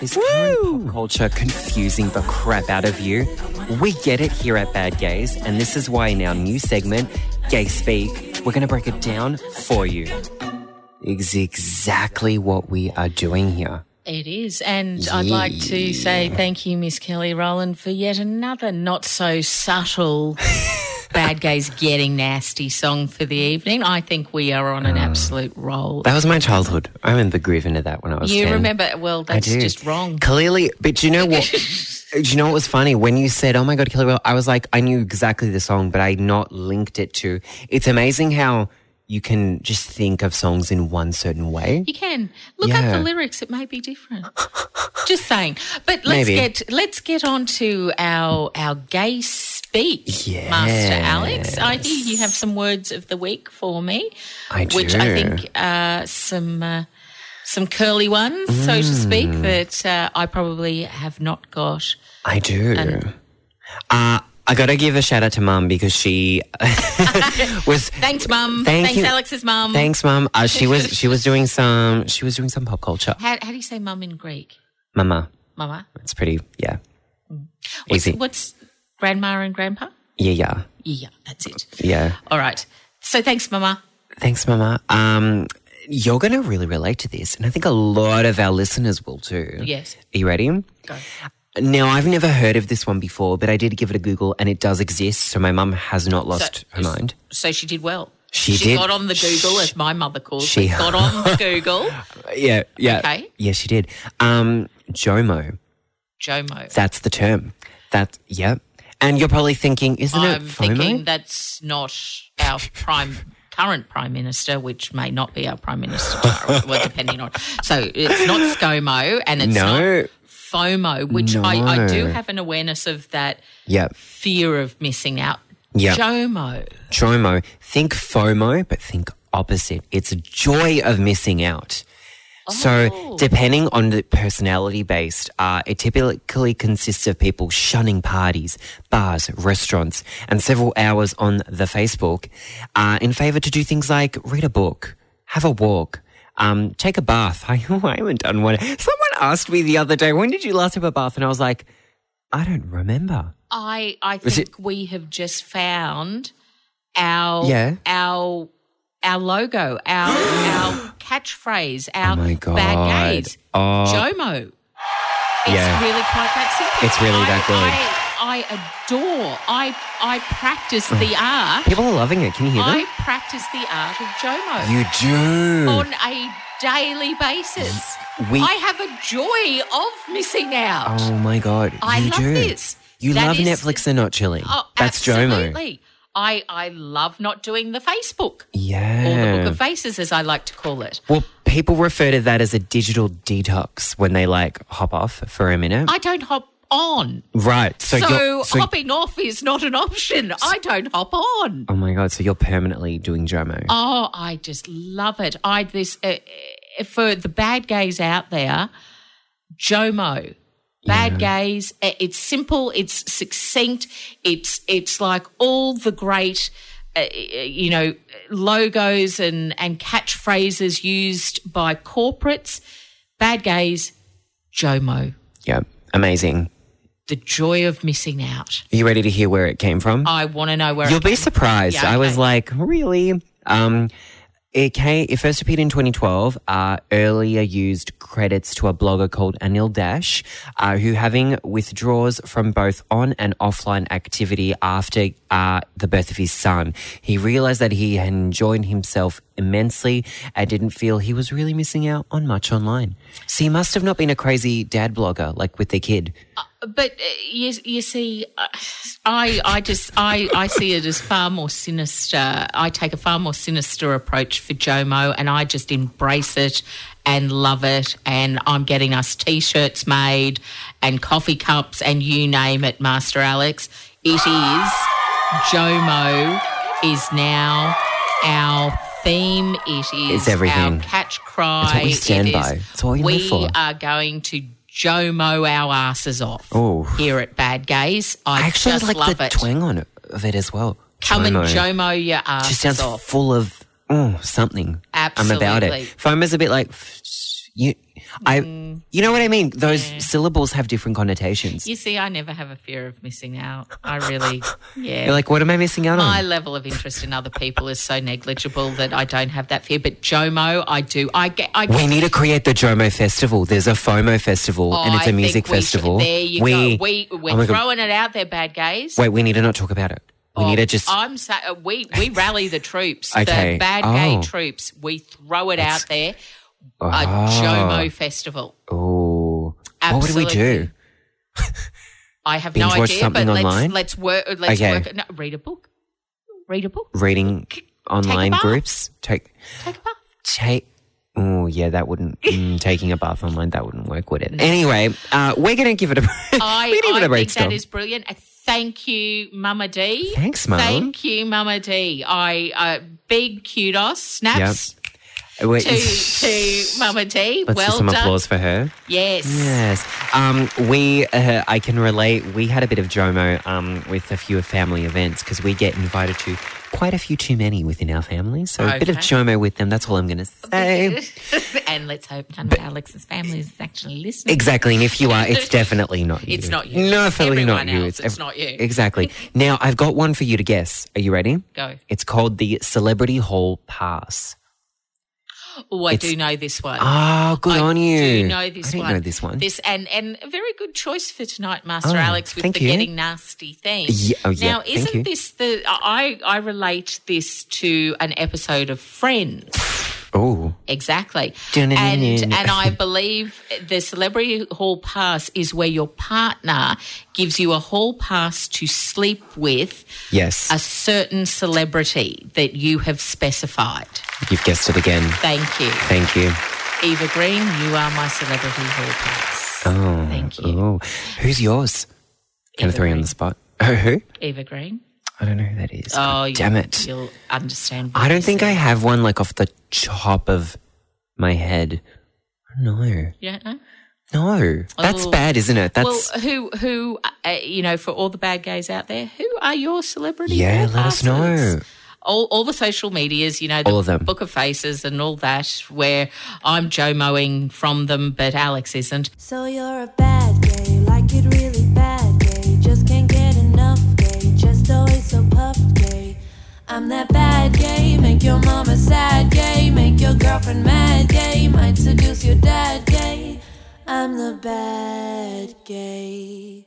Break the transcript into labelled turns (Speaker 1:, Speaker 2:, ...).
Speaker 1: Is current pop culture confusing the crap out of you? We get it here at Bad Gays, and this is why in our new segment, Gay Speak, we're going to break it down for you. It's exactly what we are doing here.
Speaker 2: It is. And I'd like to say thank you, Miss Kelly Rowland, for yet another not so subtle Bad Gays Getting Nasty song for the evening. I think we are on an absolute roll.
Speaker 1: Uh, That was my childhood. I remember grooving to that when I was
Speaker 2: You
Speaker 1: 10.
Speaker 2: remember, well,
Speaker 1: I
Speaker 2: that's
Speaker 1: do.
Speaker 2: just wrong.
Speaker 1: Clearly, but do you know what? do you know what was funny? When you said, oh my God, Kelly Rowland, I was like, I knew exactly the song, but I not linked it to. It's amazing how you can just think of songs in one certain way.
Speaker 2: You can look up
Speaker 1: Yeah.
Speaker 2: the lyrics; it may be different. Just saying. But let's
Speaker 1: Maybe.
Speaker 2: get let's get on to our our gay speak, Master Alex. I do. You have some words of the week for me,
Speaker 1: I
Speaker 2: which I
Speaker 1: do.
Speaker 2: think are some. Uh, some curly ones, so to
Speaker 1: Mm.
Speaker 2: speak, that uh, I probably have not got.
Speaker 1: I do. uh, I gotta give a shout out to mum because she was.
Speaker 2: Thanks, Mum.
Speaker 1: Thank
Speaker 2: Thanks,
Speaker 1: you.
Speaker 2: Alex's mum.
Speaker 1: Thanks, mum. Uh, she was she was doing some she was doing some pop culture.
Speaker 2: How, how do you say mum in Greek,
Speaker 1: Mama,
Speaker 2: Mama?
Speaker 1: it's pretty. Yeah,
Speaker 2: What's,
Speaker 1: Easy.
Speaker 2: what's grandma and grandpa?
Speaker 1: yeah, yeah,
Speaker 2: Yeah, that's it.
Speaker 1: yeah.
Speaker 2: All right. So thanks, Mama.
Speaker 1: Thanks, Mama. Um, you're gonna really relate to this, and I think a lot of our listeners will too.
Speaker 2: Yes.
Speaker 1: Are you ready? Go. Now, I've never heard of this one before, but I did give it a Google, and it does exist. So my mum has not lost her mind.
Speaker 2: So she did well.
Speaker 1: She did.
Speaker 2: got on the Google, as my mother calls
Speaker 1: she-
Speaker 2: she it. Got on the Google.
Speaker 1: Yeah, yeah,
Speaker 2: Okay.
Speaker 1: yeah. She did. Um, Jomo.
Speaker 2: Jomo.
Speaker 1: That's the term. That yeah. And you're probably thinking, isn't it
Speaker 2: I'm
Speaker 1: FOMO?
Speaker 2: thinking that's not our prime current prime minister, which may not be our prime minister tomorrow, well, depending on. So it's not ScoMo and it's
Speaker 1: no.
Speaker 2: not FOMO, which I, I do
Speaker 1: No.
Speaker 2: have an awareness of that
Speaker 1: Yeah.
Speaker 2: fear of missing out.
Speaker 1: Yeah.
Speaker 2: Jomo.
Speaker 1: Jomo. Think FOMO, but think opposite. It's joy of missing out. So, depending on the personality based, uh, it typically consists of people shunning parties, bars, restaurants, and several hours on the Facebook uh, in favor to do things like read a book, have a walk, um, take a bath. I, I haven't done one. Someone asked me the other day, when did you last have a bath? And I was like, I don't remember.
Speaker 2: I I
Speaker 1: Was
Speaker 2: think we have just found our
Speaker 1: Yeah.
Speaker 2: our our logo, our our catchphrase, our
Speaker 1: Oh my God.
Speaker 2: bad gaze,
Speaker 1: Oh.
Speaker 2: Jomo. It's
Speaker 1: Yeah.
Speaker 2: really quite that simple.
Speaker 1: It's really
Speaker 2: I,
Speaker 1: that good.
Speaker 2: I, I adore. I I practice the art.
Speaker 1: Mm. People are loving it. Can you hear
Speaker 2: I Oh,
Speaker 1: that?
Speaker 2: practice the art of Jomo
Speaker 1: You do.
Speaker 2: on a daily basis.
Speaker 1: We-
Speaker 2: I have a joy of missing out.
Speaker 1: Oh my god!
Speaker 2: I
Speaker 1: you
Speaker 2: love
Speaker 1: do.
Speaker 2: this.
Speaker 1: You
Speaker 2: That
Speaker 1: love
Speaker 2: is- Oh,
Speaker 1: Netflix and not chilling. That's Jomo.
Speaker 2: absolutely. I, I love not doing the Facebook or
Speaker 1: Yeah.
Speaker 2: the book of faces, as I like to call it.
Speaker 1: well, people refer to that as a digital detox when they like hop off for a minute.
Speaker 2: I don't hop on.
Speaker 1: right. So,
Speaker 2: So,
Speaker 1: you're, so
Speaker 2: hopping off is not an option. I don't hop on.
Speaker 1: oh my god! So you're permanently doing Jomo.
Speaker 2: Oh, I just love it. I this uh, uh, for the bad gays out there, Jomo. Bad gays. uh, It's simple. It's succinct. It's it's like all the great, uh, you know, logos and and catchphrases used by corporates. Bad gays, Jomo.
Speaker 1: Yep. Amazing.
Speaker 2: The joy of missing out.
Speaker 1: Are you ready to hear where it came from?
Speaker 2: I want to know where.
Speaker 1: You'll
Speaker 2: it
Speaker 1: be
Speaker 2: came-
Speaker 1: surprised.
Speaker 2: Yeah,
Speaker 1: I was
Speaker 2: okay.
Speaker 1: like, really? Um, it came. It first appeared in 2012. Uh, earlier used credits to a blogger called Anil Dash, uh, who having withdraws from both on and offline activity after uh, the birth of his son, he realized that he had enjoyed himself immensely and didn't feel he was really missing out on much online. So he must have not been a crazy dad blogger like with their kid.
Speaker 2: But uh, you, you see, uh, I, I just, I, I see it as far more sinister. I take a far more sinister approach for Jomo, and I just embrace it and love it. And I'm getting us t-shirts made, and coffee cups, and you name it, Master Alex. It is Jomo is now our theme. It is
Speaker 1: It's everything.
Speaker 2: our catch cry.
Speaker 1: It's what we
Speaker 2: It
Speaker 1: stand
Speaker 2: is-
Speaker 1: by. It's what we live for.
Speaker 2: are going to Jomo our asses off
Speaker 1: Oh.
Speaker 2: here at Bad Gays. I,
Speaker 1: I actually
Speaker 2: just
Speaker 1: like
Speaker 2: love
Speaker 1: the
Speaker 2: it.
Speaker 1: twang on it, of it as well.
Speaker 2: Come and
Speaker 1: Jomo.
Speaker 2: Jomo your
Speaker 1: just
Speaker 2: asses
Speaker 1: sounds
Speaker 2: off.
Speaker 1: full of oh, something. I'm about it.
Speaker 2: Absolutely.
Speaker 1: FOMO's a bit like you. I, you know what I mean. Those syllables have different connotations.
Speaker 2: You see, I never have a fear of missing out. I really, yeah.
Speaker 1: You're like, hmm. what am I missing out
Speaker 2: my
Speaker 1: on?
Speaker 2: level of interest in other people is so negligible that I don't have that fear. But Jomo, I do. I get. I
Speaker 1: we need to create the Jomo Festival. There's a FOMO Festival, and
Speaker 2: Oh, I
Speaker 1: it's a
Speaker 2: think
Speaker 1: music
Speaker 2: we should-
Speaker 1: festival.
Speaker 2: there you
Speaker 1: we,
Speaker 2: go. We we're
Speaker 1: oh my God.
Speaker 2: throwing Oh, it out there, bad gays.
Speaker 1: Wait, we need to not talk about it. We need to just.
Speaker 2: I'm sa- uh, we we rally the troops,
Speaker 1: Okay.
Speaker 2: the bad gay
Speaker 1: Oh.
Speaker 2: troops. We throw it
Speaker 1: That's-
Speaker 2: out there. A
Speaker 1: Ah.
Speaker 2: Jomo festival.
Speaker 1: oh, what would we do?
Speaker 2: Absolutely. I have
Speaker 1: Binge
Speaker 2: no
Speaker 1: watch
Speaker 2: idea,
Speaker 1: something
Speaker 2: but
Speaker 1: online?
Speaker 2: let's let's work. Let's
Speaker 1: Okay.
Speaker 2: work. No, read a book. Read a book.
Speaker 1: Reading online
Speaker 2: bath.
Speaker 1: groups. Take
Speaker 2: Take a bath.
Speaker 1: take. Oh yeah, that wouldn't. mm, taking a bath online, that wouldn't work, would it? Anyway, uh, we're gonna give it a.
Speaker 2: I,
Speaker 1: we're gonna give it
Speaker 2: I
Speaker 1: a break.
Speaker 2: think that
Speaker 1: Storm.
Speaker 2: is brilliant. Uh, Thank you, Mama D.
Speaker 1: Thanks, Mum.
Speaker 2: Thank you, Mama D. I uh, big kudos, snaps
Speaker 1: Wait,
Speaker 2: to to Mama D.
Speaker 1: Uh, Let's
Speaker 2: well
Speaker 1: do some
Speaker 2: done.
Speaker 1: applause for her.
Speaker 2: Yes.
Speaker 1: Yes. Um, we, uh, I can relate. We had a bit of Jomo um, with a few family events because we get invited to quite a few too many within our family. So a bit of
Speaker 2: Okay.
Speaker 1: Jomo with them. That's all I'm going to say.
Speaker 2: and let's hope none of Alex's family is actually listening.
Speaker 1: Exactly. And if you are, it's definitely not you.
Speaker 2: It's not you. It's
Speaker 1: Definitely not
Speaker 2: everyone
Speaker 1: you.
Speaker 2: else. It's not you.
Speaker 1: Exactly. Now, I've got one for you to guess. Are you ready?
Speaker 2: Go.
Speaker 1: It's called the Celebrity Hall Pass.
Speaker 2: Oh, I
Speaker 1: It's-
Speaker 2: do know this one.
Speaker 1: Ah, good
Speaker 2: I
Speaker 1: on you.
Speaker 2: do know this
Speaker 1: I didn't
Speaker 2: one.
Speaker 1: know this one.
Speaker 2: This and and a very good choice for tonight,
Speaker 1: Oh,
Speaker 2: Master Alex, with
Speaker 1: thank
Speaker 2: the
Speaker 1: you.
Speaker 2: getting nasty theme.
Speaker 1: Ye- oh, yeah,
Speaker 2: now,
Speaker 1: thank
Speaker 2: isn't
Speaker 1: you.
Speaker 2: this the I I relate this to an episode of Friends.
Speaker 1: Oh.
Speaker 2: Exactly. And
Speaker 1: Dun-dun-dun-dun.
Speaker 2: and I believe the celebrity hall pass is where your partner gives you a hall pass to sleep with
Speaker 1: Yes.
Speaker 2: a certain celebrity that you have specified.
Speaker 1: You've guessed it again.
Speaker 2: Thank you.
Speaker 1: Thank you.
Speaker 2: Eva Green, you are my celebrity hall pass.
Speaker 1: Oh,
Speaker 2: Thank you.
Speaker 1: Oh, who's yours? Kind of
Speaker 2: Eva
Speaker 1: three on
Speaker 2: Green.
Speaker 1: the spot. Oh, who?
Speaker 2: Eva Green.
Speaker 1: I don't know who that is.
Speaker 2: Oh,
Speaker 1: God damn
Speaker 2: you'll-
Speaker 1: it!
Speaker 2: You'll understand.
Speaker 1: I
Speaker 2: when
Speaker 1: don't
Speaker 2: you
Speaker 1: think
Speaker 2: see
Speaker 1: I
Speaker 2: it.
Speaker 1: have one like off the top of my head. No,
Speaker 2: You don't know?
Speaker 1: no, that's
Speaker 2: Oh.
Speaker 1: bad, isn't it? That's
Speaker 2: uh, well, who, who, uh, you know, for all the bad gays out there, who are your celebrity?
Speaker 1: yeah.
Speaker 2: hall
Speaker 1: Let us
Speaker 2: passes?
Speaker 1: know.
Speaker 2: All, all the social medias, you know, the
Speaker 1: All of them.
Speaker 2: Book of Faces and all that, where I'm Joe mowing from them, but Alex isn't.
Speaker 3: So you're a bad gay, like it really bad gay. Just can't get enough gay, just always so puffed gay. I'm that bad gay, make your mama sad gay, make your girlfriend mad gay, might seduce your dad gay. I'm the bad gay.